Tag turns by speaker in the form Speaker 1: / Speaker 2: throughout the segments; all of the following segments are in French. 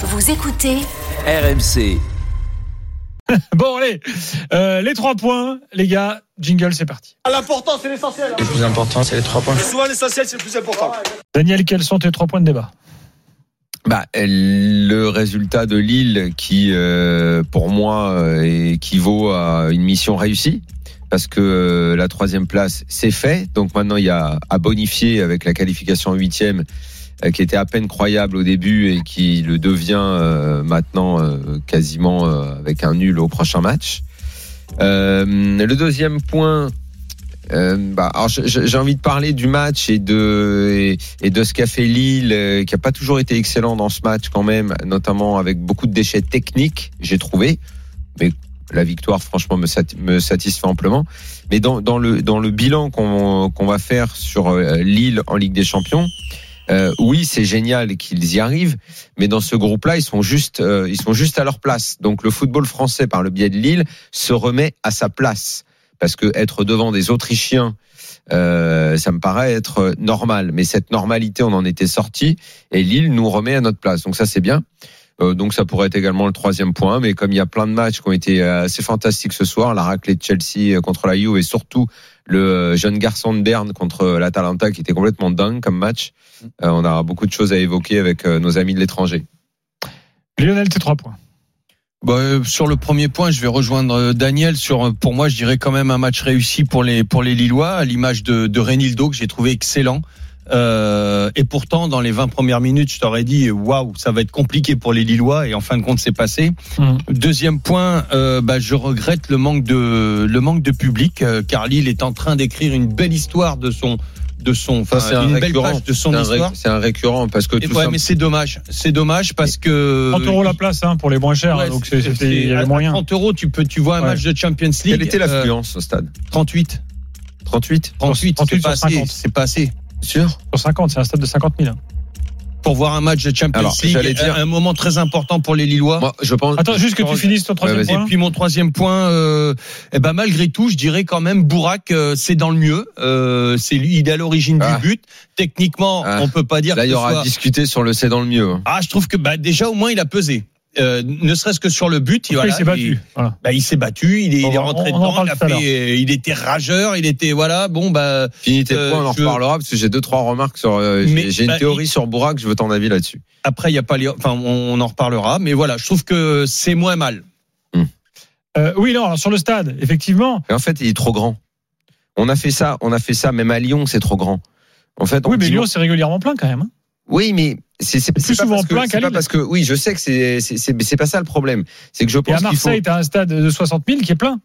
Speaker 1: Vous écoutez
Speaker 2: RMC.
Speaker 3: Bon, allez, euh, les trois points, les gars, jingle, c'est parti.
Speaker 4: Ah, L'important, c'est l'essentiel.
Speaker 5: Le plus important, c'est les trois points.
Speaker 4: Souvent, l'essentiel, c'est le plus important.
Speaker 3: Daniel, quels sont tes trois points de débat
Speaker 6: Bah, le résultat de Lille qui, euh, pour moi, euh, équivaut à une mission réussie. Parce que euh, la troisième place, c'est fait. Donc maintenant, il y a à bonifier avec la qualification en huitième, euh, qui était à peine croyable au début et qui le devient euh, maintenant euh, quasiment euh, avec un nul au prochain match. Euh, le deuxième point, euh, bah, alors je- je- j'ai envie de parler du match et de et, et de ce qu'a fait Lille, euh, qui a pas toujours été excellent dans ce match quand même, notamment avec beaucoup de déchets techniques, j'ai trouvé. Mais la victoire, franchement, me, sat- me satisfait amplement. Mais dans, dans le dans le bilan qu'on qu'on va faire sur euh, Lille en Ligue des Champions. euh, oui, c'est génial qu'ils y arrivent, mais dans ce groupe-là, ils sont juste, euh, ils sont juste à leur place. Donc, le football français, par le biais de Lille, se remet à sa place parce que être devant des Autrichiens, euh, ça me paraît être normal. Mais cette normalité, on en était sorti et Lille nous remet à notre place. Donc ça, c'est bien. Euh, donc ça pourrait être également le troisième point. Mais comme il y a plein de matchs qui ont été euh, assez fantastiques ce soir, la raclée de Chelsea euh, contre la Juve et surtout le euh, jeune garçon de Berne contre euh, l'Atalanta qui était complètement dingue comme match, euh, on aura beaucoup de choses à évoquer avec euh, nos amis de l'étranger.
Speaker 3: Lionel, tes trois points.
Speaker 5: Bah, euh, sur le premier point, je vais rejoindre euh, Daniel sur, euh, pour moi, je dirais quand même un match réussi pour les pour les Lillois, à l'image de, de Renildo que j'ai trouvé excellent. Euh, et pourtant, dans les 20 premières minutes, je t'aurais dit waouh, ça va être compliqué pour les Lillois. Et en fin de compte, c'est passé.
Speaker 6: Euh,
Speaker 3: Mhm.
Speaker 5: Deuxième point, euh, bah, je regrette le manque de le manque de public, euh, car Lille est en train d'écrire une belle histoire de son de son,
Speaker 6: Ça,
Speaker 5: enfin,
Speaker 6: c'est un
Speaker 5: une belle
Speaker 6: récurrent.
Speaker 5: page de
Speaker 6: C'est
Speaker 5: son
Speaker 6: un, ré-
Speaker 5: histoire.
Speaker 6: c'est un récurrent parce que
Speaker 5: Et
Speaker 6: tout
Speaker 5: ouais,
Speaker 6: simple-
Speaker 5: mais c'est dommage. C'est dommage parce que
Speaker 3: 30 euros la place hein, pour les moins chers,
Speaker 5: Ouais,
Speaker 3: donc c'est-
Speaker 5: c'est-
Speaker 3: c'était- il y
Speaker 5: à-
Speaker 3: avait
Speaker 5: à
Speaker 3: moyen.
Speaker 5: 30 euros, tu peux, tu vois un
Speaker 3: Ouais.
Speaker 5: match de Champions League.
Speaker 6: quelle était
Speaker 5: euh,
Speaker 6: l'affluence au stade
Speaker 5: 38.
Speaker 6: 38
Speaker 5: 38,
Speaker 3: 38
Speaker 5: c'est pas
Speaker 3: sur
Speaker 5: assez.
Speaker 3: 50.
Speaker 5: C'est pas assez.
Speaker 6: Sûr
Speaker 3: Sur 50, c'est un stade de 50 000. hein.
Speaker 5: Pour voir un match de Champions
Speaker 6: Alors, j'allais
Speaker 5: League,
Speaker 6: dire-
Speaker 5: un, un moment très important pour les Lillois.
Speaker 6: Moi, je pense.
Speaker 3: Attends, juste que tu finisses ton troisième
Speaker 6: Ouais, vas-y.
Speaker 5: Et
Speaker 3: point.
Speaker 5: puis mon troisième point, euh, eh ben malgré tout, je dirais quand même Bourak, euh, c'est dans le mieux. Euh, c'est lui, il est à l'origine
Speaker 6: Ah.
Speaker 5: du but. Techniquement,
Speaker 6: Ah.
Speaker 5: on peut pas dire.
Speaker 6: Là, il y
Speaker 5: que ce
Speaker 6: aura à
Speaker 5: soit-
Speaker 6: discuter sur le c'est dans le mieux. hein.
Speaker 5: Ah, je trouve que bah, déjà au moins il a pesé. Euh, ne serait-ce que sur le but,
Speaker 3: Pourquoi
Speaker 5: voilà,
Speaker 3: il s'est battu. Voilà.
Speaker 5: bah, il s'est battu, il est,
Speaker 3: On
Speaker 5: il est
Speaker 3: va-
Speaker 5: rentré
Speaker 3: on en
Speaker 5: dedans,
Speaker 3: parle
Speaker 5: il, a
Speaker 3: tout à l'heure.
Speaker 5: fait- il était rageur, il était voilà, bon bah
Speaker 6: Finis tes
Speaker 5: Euh,
Speaker 6: points, on en
Speaker 5: je-
Speaker 6: reparlera parce que j'ai deux trois remarques sur. euh,
Speaker 5: Mais-
Speaker 6: j'ai j'ai une
Speaker 5: bah,
Speaker 6: théorie
Speaker 5: il-
Speaker 6: sur Bourak, je veux ton avis là-dessus.
Speaker 5: après il y a pas les, enfin on, on en reparlera, mais voilà, je trouve que c'est moins mal.
Speaker 3: Euh, oui, non, alors sur le stade, effectivement.
Speaker 6: Mais en fait, il est trop grand. On a fait ça, on a fait ça même à Lyon, c'est trop grand. En fait, on
Speaker 3: Oui, mais
Speaker 6: dit-
Speaker 3: Lyon, c'est régulièrement plein quand même. hein.
Speaker 6: Oui, mais c'est c'est-
Speaker 3: Plus
Speaker 6: c'est pas
Speaker 3: souvent
Speaker 6: parce que-
Speaker 3: plein qu'à
Speaker 6: c'est pas
Speaker 3: Lille.
Speaker 6: parce que oui, je sais que c'est c'est c'est- c'est pas ça le problème. C'est que je
Speaker 3: Et
Speaker 6: pense
Speaker 3: à
Speaker 6: qu'il faut.
Speaker 3: Marseille, t'as un stade de 60 000 qui est plein.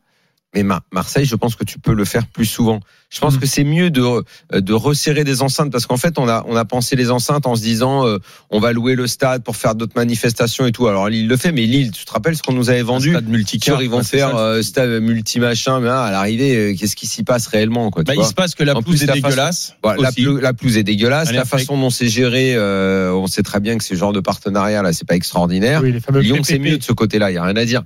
Speaker 6: Mais Mar- Marseille, je pense que tu peux le faire plus souvent. Je pense
Speaker 3: Mm.
Speaker 6: que c'est mieux de re- de resserrer des enceintes parce qu'en fait, on a on a pensé les enceintes en se disant euh, on va louer le stade pour faire d'autres manifestations et tout. Alors Lille le fait, mais Lille, tu te rappelles ce qu'on nous avait vendu
Speaker 5: Stade multicar,
Speaker 6: Sûr, ils vont
Speaker 5: enfin, c'est
Speaker 6: faire
Speaker 5: ça.
Speaker 6: euh, stade multi machin, mais là, à l'arrivée, euh, qu'est-ce qui s'y passe réellement quoi tu
Speaker 5: Bah, il
Speaker 6: vois
Speaker 5: se passe que la
Speaker 6: En
Speaker 5: pelouse
Speaker 6: plus,
Speaker 5: est
Speaker 6: la façon-
Speaker 5: dégueulasse.
Speaker 6: Voilà, la,
Speaker 5: aussi.
Speaker 6: plou- la pelouse est dégueulasse.
Speaker 5: Elle est
Speaker 6: la
Speaker 5: affectée.
Speaker 6: façon dont c'est géré, euh, on sait très bien que ces genres de partenariats là, c'est pas extraordinaire.
Speaker 3: Oui, les fameux
Speaker 6: Lyon,
Speaker 3: PPP.
Speaker 6: c'est mieux de ce côté-là. Il y a rien à dire.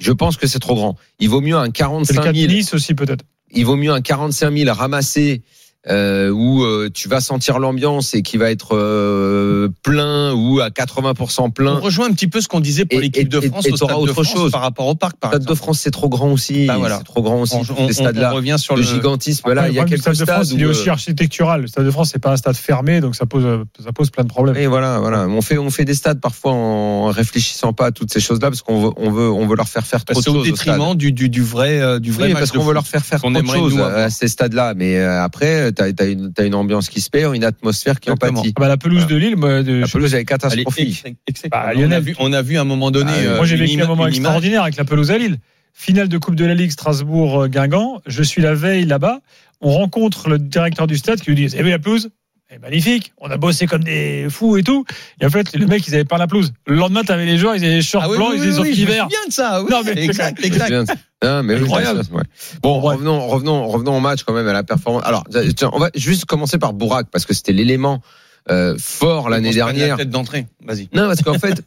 Speaker 6: Je pense que c'est trop grand. Il vaut mieux un
Speaker 3: C'est le
Speaker 6: 45
Speaker 3: cas de
Speaker 6: 000
Speaker 3: Nice aussi, peut-être.
Speaker 6: il vaut mieux un 45 000 ramassé euh, où euh, tu vas sentir l'ambiance et qui va être euh, plein ou à 80%
Speaker 5: On
Speaker 6: plein.
Speaker 5: rejoint un petit peu ce qu'on disait pour
Speaker 6: Et-
Speaker 5: l'équipe de
Speaker 6: et-
Speaker 5: France
Speaker 6: et
Speaker 5: au
Speaker 6: t'auras
Speaker 5: stade de
Speaker 6: autre
Speaker 5: France
Speaker 6: chose.
Speaker 5: par rapport au parc par
Speaker 6: Le Stade de
Speaker 5: exemple.
Speaker 6: France, c'est trop grand aussi.
Speaker 5: Bah voilà.
Speaker 6: c'est trop grand aussi.
Speaker 5: On, on-
Speaker 6: ces
Speaker 5: on- on
Speaker 6: stades-là,
Speaker 5: revient sur
Speaker 6: le
Speaker 5: le,
Speaker 6: gigantisme. Là,
Speaker 3: Après,
Speaker 6: il y a
Speaker 3: le problème du
Speaker 6: quelques
Speaker 3: Stade de
Speaker 6: stades
Speaker 3: France,
Speaker 6: où
Speaker 3: il est
Speaker 6: euh,
Speaker 3: aussi architectural. Le Stade de France, c'est pas un stade fermé, donc ça pose, euh, ça pose plein de problèmes.
Speaker 6: Et voilà, voilà. On fait, on fait des stades parfois en réfléchissant pas à toutes ces choses-là parce qu'on veut, on veut, on veut leur faire faire trop de
Speaker 5: Bah, c'est au
Speaker 6: choses. au stade.
Speaker 5: détriment du, du, du vrai euh, du vrai
Speaker 6: Oui,
Speaker 5: match
Speaker 6: parce
Speaker 5: de
Speaker 6: qu'on veut
Speaker 5: foot.
Speaker 6: leur faire faire
Speaker 5: qu'on
Speaker 6: trop de
Speaker 5: aimerait, nous,
Speaker 6: choses
Speaker 5: avoir.
Speaker 6: à ces stades-là. Mais euh, après, t'as as une, t'as une ambiance qui se perd, une atmosphère qui Ah, en
Speaker 5: Exactement.
Speaker 6: pâtit.
Speaker 3: Ah bah, la pelouse
Speaker 6: Voilà.
Speaker 3: de Lille, moi, de-
Speaker 6: La pelouse, elle est
Speaker 5: Elle est
Speaker 6: catastrophique.
Speaker 5: ex- ex-
Speaker 3: Bah,
Speaker 5: on, a
Speaker 3: Lionel.
Speaker 5: vu, on a vu à un moment donné.
Speaker 6: Ah,
Speaker 5: euh,
Speaker 3: Moi, j'ai
Speaker 5: une
Speaker 3: vécu un
Speaker 5: ima-
Speaker 3: moment
Speaker 5: une image.
Speaker 3: extraordinaire avec la pelouse à Lille. Finale de Coupe de la Ligue Strasbourg-Guingamp. Je suis la veille là-bas. On rencontre le directeur du stade qui lui dit Vous avez vu la pelouse Elle c'est magnifique. On a bossé comme des fous et tout. Et en fait, le mec, ils avaient pas la pelouse. Le lendemain, t'avais les joueurs, ils avaient des shorts
Speaker 5: Ah oui,
Speaker 3: blancs,
Speaker 5: oui,
Speaker 3: ils avaient
Speaker 5: oui,
Speaker 3: des
Speaker 5: je me
Speaker 3: verts.
Speaker 5: souviens de ça. oui.
Speaker 3: Non, mais c'est
Speaker 5: exact, exact.
Speaker 6: Bien. Ah, mais oui,
Speaker 3: Incroyable.
Speaker 6: bien sûr, ouais. Bon,
Speaker 3: Ouais.
Speaker 6: revenons, revenons, revenons au match quand même à la performance. Alors, tiens, on va juste commencer par Bourak parce que c'était l'élément euh, fort l'année
Speaker 5: On se prend la
Speaker 6: dernière.
Speaker 5: Tête d'entrée. Vas-y.
Speaker 6: Non, parce qu'en fait,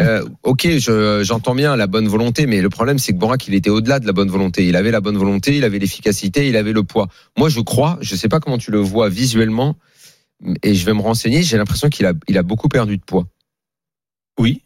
Speaker 6: euh, ok, je- j'entends bien la bonne volonté, mais le problème, c'est que Borac, il était au-delà de la bonne volonté. Il avait la bonne volonté, il avait l'efficacité, il avait le poids. Moi, je crois, je sais pas comment tu le vois visuellement, et je vais me renseigner, j'ai l'impression qu'il a, il a beaucoup perdu de poids.
Speaker 5: Oui.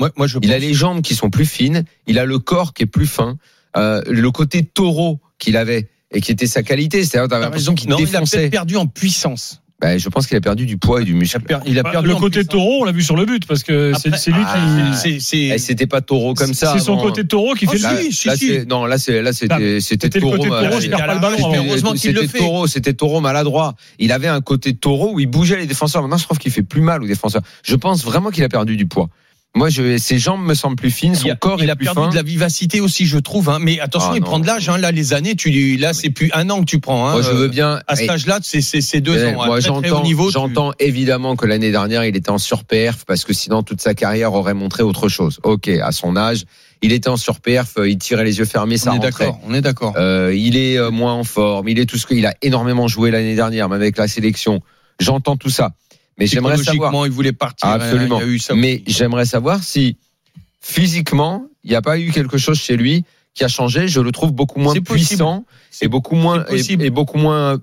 Speaker 5: Moi, moi, je.
Speaker 6: Il a
Speaker 5: pense-
Speaker 6: les jambes qui sont plus fines, il a le corps qui est plus fin, euh, le côté taureau qu'il avait et qui était sa qualité, c'est-à-dire t'as
Speaker 5: T'as
Speaker 6: l'impression qu'il
Speaker 5: non, il a peut-être
Speaker 6: défonçait.
Speaker 5: perdu en puissance.
Speaker 6: Ben, je pense qu'il a perdu du poids et du
Speaker 5: Il a,
Speaker 6: muscle.
Speaker 5: per- il a
Speaker 3: Bah,
Speaker 5: perdu
Speaker 3: le
Speaker 5: en
Speaker 3: côté
Speaker 5: puissance.
Speaker 3: taureau, on l'a vu sur le but, parce que c'est
Speaker 5: Après-
Speaker 3: c'est lui
Speaker 6: Ah,
Speaker 3: qui.
Speaker 5: C'est- c'est-
Speaker 6: Eh, C'était pas taureau comme ça.
Speaker 3: C'est son
Speaker 6: avant. hein.
Speaker 3: côté taureau qui
Speaker 5: Oh,
Speaker 3: fait le
Speaker 5: là,
Speaker 3: but.
Speaker 5: Si, si,
Speaker 6: là,
Speaker 5: si. Bah,
Speaker 6: c'est- Non, là, c'est, là, c'était, c'était
Speaker 3: C'était le
Speaker 6: taureau.
Speaker 3: côté
Speaker 6: euh,
Speaker 3: taureau, je
Speaker 6: c'était-
Speaker 3: perds pas le
Speaker 5: C'était-
Speaker 3: ballon. avant.
Speaker 5: heureusement qu'il le
Speaker 6: C'était
Speaker 5: fait.
Speaker 6: taureau, c'était taureau maladroit. Il avait un côté taureau où il bougeait les défenseurs. Maintenant, je trouve qu'il fait plus mal aux défenseurs. Je pense vraiment qu'il a perdu du poids. Moi, je, ses jambes me semblent plus fines, son
Speaker 5: il a,
Speaker 6: corps
Speaker 5: il
Speaker 6: est
Speaker 5: a
Speaker 6: plus
Speaker 5: perdu
Speaker 6: fin.
Speaker 5: de la vivacité aussi, je trouve. hein. Mais attention,
Speaker 6: Ah,
Speaker 5: il
Speaker 6: non.
Speaker 5: prend de l'âge. hein. Là, les années, tu lui- là, c'est plus un an que tu prends. hein.
Speaker 6: Moi, je veux
Speaker 5: Euh,
Speaker 6: bien.
Speaker 5: À cet
Speaker 6: Eh,
Speaker 5: âge-là, c'est- c'est c'est deux
Speaker 6: eh,
Speaker 5: ans.
Speaker 6: moi,
Speaker 5: hein. Très, très haut
Speaker 6: j'entends,
Speaker 5: niveau, tu-
Speaker 6: j'entends évidemment que l'année dernière, il était en surperf parce que sinon, toute sa carrière aurait montré autre chose. Ok, à son âge, il était en surperf, euh, il tirait les yeux fermés, ça
Speaker 5: On est
Speaker 6: rentrait.
Speaker 5: d'accord. On est d'accord.
Speaker 6: Euh, il est euh, moins en forme, il est tout ce qu'il a énormément joué l'année dernière, même avec la sélection. J'entends tout ça, mais j'aimerais savoir.
Speaker 5: Psychologiquement, il voulait partir. hein,
Speaker 6: Absolument.
Speaker 5: Il y a eu ça
Speaker 6: Mais
Speaker 5: aussi.
Speaker 6: j'aimerais savoir si physiquement, il n'y a pas eu quelque chose chez lui qui a changé. Je le trouve beaucoup moins
Speaker 5: C'est possible.
Speaker 6: puissant et
Speaker 5: C'est-
Speaker 6: beaucoup moins
Speaker 5: c'est possible.
Speaker 6: et, et beaucoup moins euh,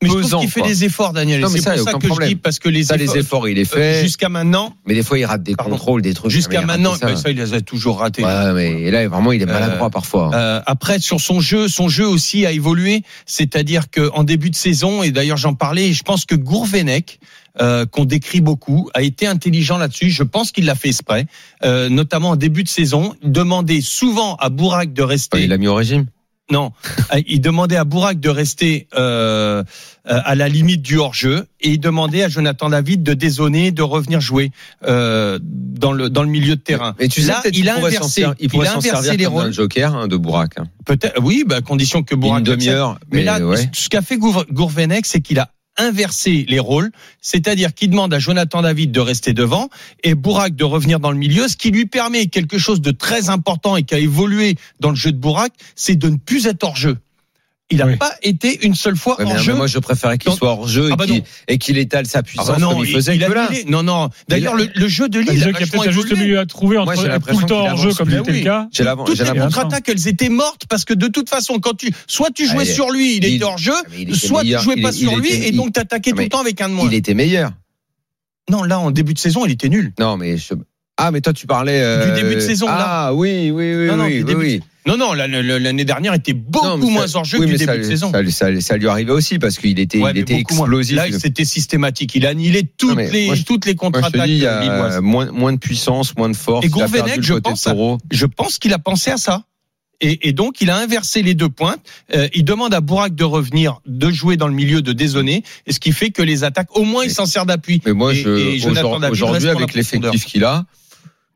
Speaker 5: Mais je trouve
Speaker 6: pesant.
Speaker 5: qu'il fait
Speaker 6: quoi.
Speaker 5: des efforts, Daniel.
Speaker 6: Non,
Speaker 5: et
Speaker 6: mais
Speaker 5: C'est
Speaker 6: ça, y a
Speaker 5: pour ça
Speaker 6: aucun
Speaker 5: que je
Speaker 6: problème.
Speaker 5: dis parce que les
Speaker 6: ça,
Speaker 5: efforts
Speaker 6: les efforts, il est
Speaker 5: euh,
Speaker 6: fait.
Speaker 5: jusqu'à maintenant,
Speaker 6: mais des fois, il rate des
Speaker 5: Pardon.
Speaker 6: contrôles, des trucs.
Speaker 5: jusqu'à
Speaker 6: Mais il
Speaker 5: maintenant,
Speaker 6: rate ça.
Speaker 5: ben, ça, il les a toujours ratés.
Speaker 6: Ouais, mais et là, vraiment, il est maladroit
Speaker 5: Euh,
Speaker 6: parfois. hein.
Speaker 5: Euh, après, sur son jeu, son jeu aussi a évolué. C'est-à-dire qu'en début de saison, et d'ailleurs j'en parlais, je pense que Gourvenec, euh, qu'on décrit beaucoup, a été intelligent là-dessus. Je pense qu'il l'a fait exprès, euh, notamment en début de saison. Il demandait souvent à Bourak de rester.
Speaker 6: Ah, il l'a mis au régime.
Speaker 5: Non, Euh, il demandait à Bourak de rester euh, euh, à la limite du hors-jeu et il demandait à Jonathan David de dézonner, de revenir jouer euh, dans le dans le milieu de terrain.
Speaker 6: Et tu sais,
Speaker 5: Là,
Speaker 6: peut-être
Speaker 5: il
Speaker 6: qu'il
Speaker 5: a
Speaker 6: pourrait s'en
Speaker 5: inversé,
Speaker 6: servir- il
Speaker 5: il
Speaker 6: pourrait
Speaker 5: a
Speaker 6: s'en
Speaker 5: inversé
Speaker 6: servir
Speaker 5: les
Speaker 6: comme
Speaker 5: rôles.
Speaker 6: un joker hein, de Bourak. hein.
Speaker 5: Peut-être, oui, bah, à condition que Bourak
Speaker 6: une demi-heure.
Speaker 5: Mais là,
Speaker 6: ouais.
Speaker 5: ce qu'a fait Gour- Gourvenec, c'est qu'il a inversé les rôles, c'est-à-dire qu'il demande à Jonathan David de rester devant et Bourak de revenir dans le milieu, ce qui lui permet quelque chose de très important et qui a évolué dans le jeu de Bourak, c'est de ne plus être hors jeu. Il n'a
Speaker 3: Oui.
Speaker 5: pas été une seule fois
Speaker 6: Ouais, mais
Speaker 5: hors
Speaker 6: non,
Speaker 5: jeu.
Speaker 6: mais moi, je préférais qu'il
Speaker 5: Dans-
Speaker 6: soit hors jeu
Speaker 5: Ah bah
Speaker 6: et qu'il-
Speaker 5: non.
Speaker 6: et qu'il étale sa
Speaker 5: Ah
Speaker 6: puissance
Speaker 5: bah non,
Speaker 6: comme il faisait
Speaker 5: il a
Speaker 6: que là.
Speaker 5: annulé. non, non. D'ailleurs,
Speaker 6: là-
Speaker 5: le, le jeu de
Speaker 6: Ah,
Speaker 5: Lille
Speaker 3: Bah, Déjà
Speaker 5: a
Speaker 3: qu'il y a
Speaker 5: vachement
Speaker 3: peut-être un juste
Speaker 5: évolué.
Speaker 3: milieu à trouver
Speaker 6: Moi,
Speaker 3: entre
Speaker 6: j'ai
Speaker 3: être tout
Speaker 6: l'impression
Speaker 3: le temps
Speaker 6: qu'il
Speaker 3: hors jeu,
Speaker 6: avance
Speaker 3: comme
Speaker 6: plus.
Speaker 3: c'était
Speaker 6: Oui.
Speaker 3: le cas.
Speaker 6: J'ai l'avant-
Speaker 5: Toutes
Speaker 6: j'ai
Speaker 5: les
Speaker 6: l'avant-
Speaker 5: contre-attaques, elles étaient mortes parce que de toute façon, quand tu, soit tu jouais
Speaker 6: Allez.
Speaker 5: sur lui, il
Speaker 6: Ah, Il-
Speaker 5: était hors jeu,
Speaker 6: Ah, Mais il était
Speaker 5: soit tu
Speaker 6: meilleur,
Speaker 5: jouais
Speaker 6: il-
Speaker 5: pas
Speaker 6: il
Speaker 5: sur lui
Speaker 6: était-
Speaker 5: et donc t'attaquais tout
Speaker 6: mais
Speaker 5: le temps avec un de
Speaker 6: il-
Speaker 5: moins.
Speaker 6: Il était meilleur.
Speaker 5: Non, là, en début de saison, il était nul.
Speaker 6: Non, mais je- ah, mais toi, tu parlais euh,
Speaker 5: Du début de saison, là.
Speaker 6: Ah oui, oui, oui,
Speaker 5: Non, non,
Speaker 6: oui,
Speaker 5: du
Speaker 6: oui,
Speaker 5: début
Speaker 6: oui.
Speaker 5: Non, non, la- la- l'année dernière était beaucoup
Speaker 6: Non, mais ça-
Speaker 5: moins hors jeu
Speaker 6: oui,
Speaker 5: que
Speaker 6: mais
Speaker 5: du début
Speaker 6: ça,
Speaker 5: de
Speaker 6: lui-
Speaker 5: saison.
Speaker 6: Ça, lui- ça, lui- ça lui arrivait aussi parce qu'il était,
Speaker 5: Ouais,
Speaker 6: il
Speaker 5: mais
Speaker 6: était
Speaker 5: beaucoup moins.
Speaker 6: explosif.
Speaker 5: Là, c'était systématique. Il annihilait toutes
Speaker 6: mais
Speaker 5: les
Speaker 6: moi, je-
Speaker 5: toutes les
Speaker 6: Moi, je te
Speaker 5: contre-attaques
Speaker 6: dis, il y
Speaker 5: lilloises.
Speaker 6: a moins, moins de puissance, moins de force.
Speaker 5: euh, Et
Speaker 6: il a perdu
Speaker 5: Gourvenec,
Speaker 6: le
Speaker 5: je
Speaker 6: côté
Speaker 5: pense, ça-
Speaker 6: taureau.
Speaker 5: Je pense qu'il a pensé à ça. Et, et donc, il a inversé les deux pointes. Euh, il demande à Bourak de revenir, de jouer dans le milieu, de dézonner. Et ce qui fait que les attaques, au moins, il
Speaker 6: Mais-
Speaker 5: s'en sert d'appui.
Speaker 6: Mais moi,
Speaker 5: Et-
Speaker 6: je,
Speaker 5: et Jonathan
Speaker 6: aujourd'hui-
Speaker 5: David reste
Speaker 6: aujourd'hui,
Speaker 5: pour la
Speaker 6: avec
Speaker 5: profondeur.
Speaker 6: l'effectif qu'il a,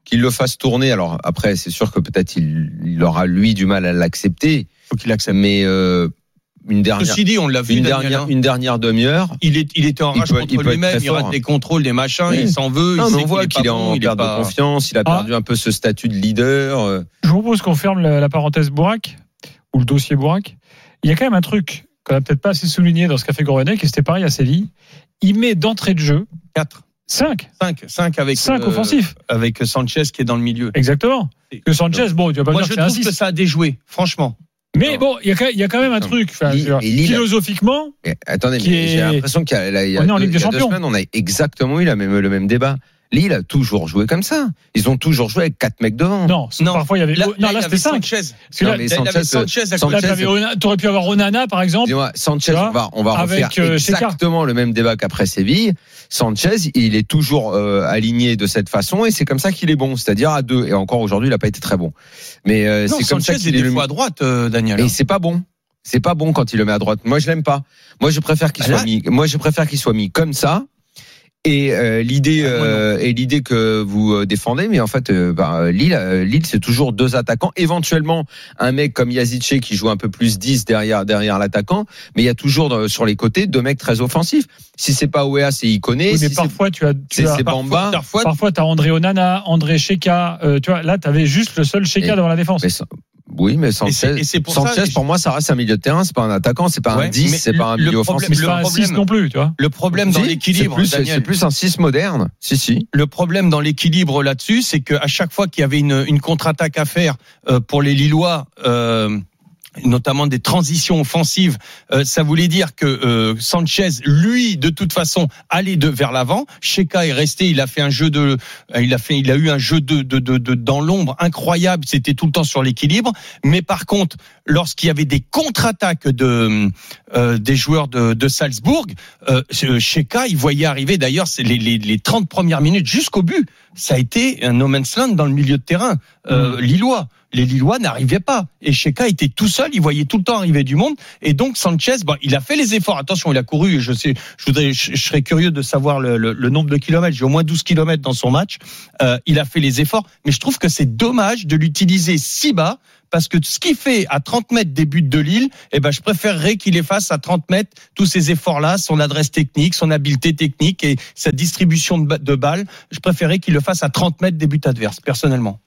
Speaker 6: qu'il le fasse tourner. Alors après, c'est sûr que peut-être il, il aura lui du mal à l'accepter.
Speaker 5: Faut qu'il accepte.
Speaker 6: Mais euh, une dernière,
Speaker 5: Ceci dit, on l'a vu.
Speaker 6: une
Speaker 5: Daniel,
Speaker 6: dernière,
Speaker 5: hein.
Speaker 6: une dernière demi-heure.
Speaker 5: Il, est, il était en
Speaker 6: Il
Speaker 5: rage
Speaker 6: peut- il
Speaker 5: contre
Speaker 6: peut être
Speaker 5: lui-même.
Speaker 6: très
Speaker 5: Il rate
Speaker 6: fort. hein.
Speaker 5: des contrôles, des machins.
Speaker 6: Oui.
Speaker 5: Il s'en veut.
Speaker 6: Non,
Speaker 5: il
Speaker 6: mais
Speaker 5: sait
Speaker 6: on voit qu'il est,
Speaker 5: pas bon,
Speaker 6: en
Speaker 5: il
Speaker 6: perte
Speaker 5: pas-
Speaker 6: de confiance. Il a
Speaker 3: Ah.
Speaker 6: perdu un peu ce statut de leader. euh.
Speaker 3: Je vous propose qu'on ferme la, la parenthèse Bourak, ou le dossier Bourak. Il y a quand même un truc qu'on n'a peut-être pas assez souligné dans ce qu'a fait Gourvenek, et c'était pareil à Séville. Il met d'entrée de jeu
Speaker 5: 4,
Speaker 3: 5,
Speaker 5: 5, 5 avec
Speaker 3: 5
Speaker 5: euh,
Speaker 3: offensifs.
Speaker 5: avec Sanchez qui est dans le milieu.
Speaker 3: Exactement. Que Sanchez, bon, tu vas pas
Speaker 5: Moi,
Speaker 3: dire
Speaker 5: je
Speaker 3: que c'est un
Speaker 5: trouve
Speaker 3: six.
Speaker 5: que ça a déjoué, franchement.
Speaker 3: Mais bon, il y, a quand- il y a quand même un truc, enfin,
Speaker 6: Lille-
Speaker 3: je veux dire,
Speaker 6: et Lille-
Speaker 3: philosophiquement,
Speaker 6: Mais attendez,
Speaker 3: Qui
Speaker 6: mais j'ai
Speaker 3: est-
Speaker 6: l'impression qu'il y a, là, il y a
Speaker 3: On est en
Speaker 6: deux,
Speaker 3: Ligue des
Speaker 6: il y a deux
Speaker 3: Champions.
Speaker 6: semaines, on a exactement eu la même, le même débat. Lille a toujours joué comme ça. Ils ont toujours joué avec quatre mecs devant.
Speaker 3: non,
Speaker 5: Non.
Speaker 3: parfois il y avait.
Speaker 5: Là,
Speaker 3: non, là,
Speaker 5: il avait
Speaker 3: c'était 5.
Speaker 5: Sanchez.
Speaker 3: Parce que
Speaker 6: Non,
Speaker 3: là,
Speaker 6: mais
Speaker 5: Là, il avait
Speaker 6: Sanchez,
Speaker 5: Sanchez à
Speaker 6: Sanchez,
Speaker 5: côté.
Speaker 6: c'est-
Speaker 3: tu aurais pu avoir Onana, par exemple.
Speaker 6: Dis-moi,
Speaker 3: Tu
Speaker 6: Sanchez,
Speaker 3: vois,
Speaker 6: on va, on va
Speaker 3: avec,
Speaker 6: refaire
Speaker 3: euh, Sheka.
Speaker 6: exactement le même débat qu'après Séville. Sanchez, il est toujours euh, aligné de cette façon et c'est comme ça qu'il est bon, c'est-à-dire à deux. Et encore aujourd'hui, il n'a pas été très bon. Mais euh,
Speaker 5: Non,
Speaker 6: c'est comme ça
Speaker 5: Sanchez est
Speaker 6: qu'il est
Speaker 5: des
Speaker 6: le
Speaker 5: fois à droite, euh, Daniel.
Speaker 6: Et c'est pas bon. C'est pas bon quand il le met à droite. Moi, je l'aime pas. Moi, je préfère qu'il
Speaker 5: Ah là-
Speaker 6: soit mis. Moi, je préfère qu'il soit mis comme ça. Et euh, l'idée
Speaker 5: Ah, moi, non.
Speaker 6: euh, et l'idée que vous euh, défendez, mais en fait, euh, bah, Lille, euh, Lille, c'est toujours deux attaquants. Éventuellement, un mec comme Yazice qui joue un peu plus 10 derrière derrière l'attaquant, mais il y a toujours euh, sur les côtés deux mecs très offensifs. Si c'est pas Oea, c'est Iconé.
Speaker 3: Oui, mais
Speaker 6: si c'est-
Speaker 3: parfois, tu as. Tu
Speaker 6: c'est-
Speaker 3: as
Speaker 6: c'est Bamba.
Speaker 3: Parfois, parfois, t'as André Onana, André Sheka. euh, tu vois, là, t'avais juste le seul Sheka
Speaker 6: Et-
Speaker 3: devant la défense.
Speaker 6: Mais ça- oui, mais
Speaker 5: Et c'est-
Speaker 6: Sanchez,
Speaker 5: et c'est pour ça-
Speaker 6: Sanchez, pour moi, ça reste un milieu de terrain. C'est pas un attaquant, c'est pas un
Speaker 5: Ouais,
Speaker 6: 10,
Speaker 5: mais
Speaker 6: c'est pas un
Speaker 5: le
Speaker 6: milieu
Speaker 5: problème-
Speaker 6: offensif.
Speaker 3: Mais
Speaker 5: le
Speaker 3: c'est pas un 6
Speaker 5: problème-
Speaker 3: non plus, tu vois.
Speaker 5: Le problème dans
Speaker 6: Si,
Speaker 5: l'équilibre,
Speaker 6: c'est plus-
Speaker 5: Daniel,
Speaker 6: c'est plus un 6 moderne. Si, si.
Speaker 5: Le problème dans l'équilibre là-dessus, c'est qu'à chaque fois qu'il y avait une, une contre-attaque à faire euh, pour les Lillois, euh, notamment des transitions offensives, euh, ça voulait dire que euh, Sanchez, lui, de toute façon, allait de vers l'avant. Sheka est resté, il a fait un jeu de, euh, il a fait, il a eu un jeu de, de, de, de- dans l'ombre incroyable. C'était tout le temps sur l'équilibre. Mais par contre, lorsqu'il y avait des contre-attaques de euh, des joueurs de, de Salzbourg, euh, Sheka, il voyait arriver d'ailleurs c'est les, les, les 30 premières minutes jusqu'au but. Ça a été un no man's land dans le milieu de terrain euh, lillois. Les Lillois n'arrivaient pas. Et Sheka était tout seul, il voyait tout le temps arriver du monde. Et donc Sanchez, bon, il a fait les efforts. Attention, il a couru. Je sais, je, voudrais, je, je serais curieux de savoir le, le- le nombre de kilomètres. J'ai au moins 12 kilomètres dans son match. Euh, il a fait les efforts. Mais je trouve que c'est dommage de l'utiliser si bas. Parce que ce qu'il fait à 30 mètres des buts de Lille, eh ben, je préférerais qu'il efface à 30 mètres tous ces efforts-là, son adresse technique, son habileté technique et sa distribution de ba- de balles. Je préférerais qu'il le fasse à 30 mètres des buts adverses, personnellement.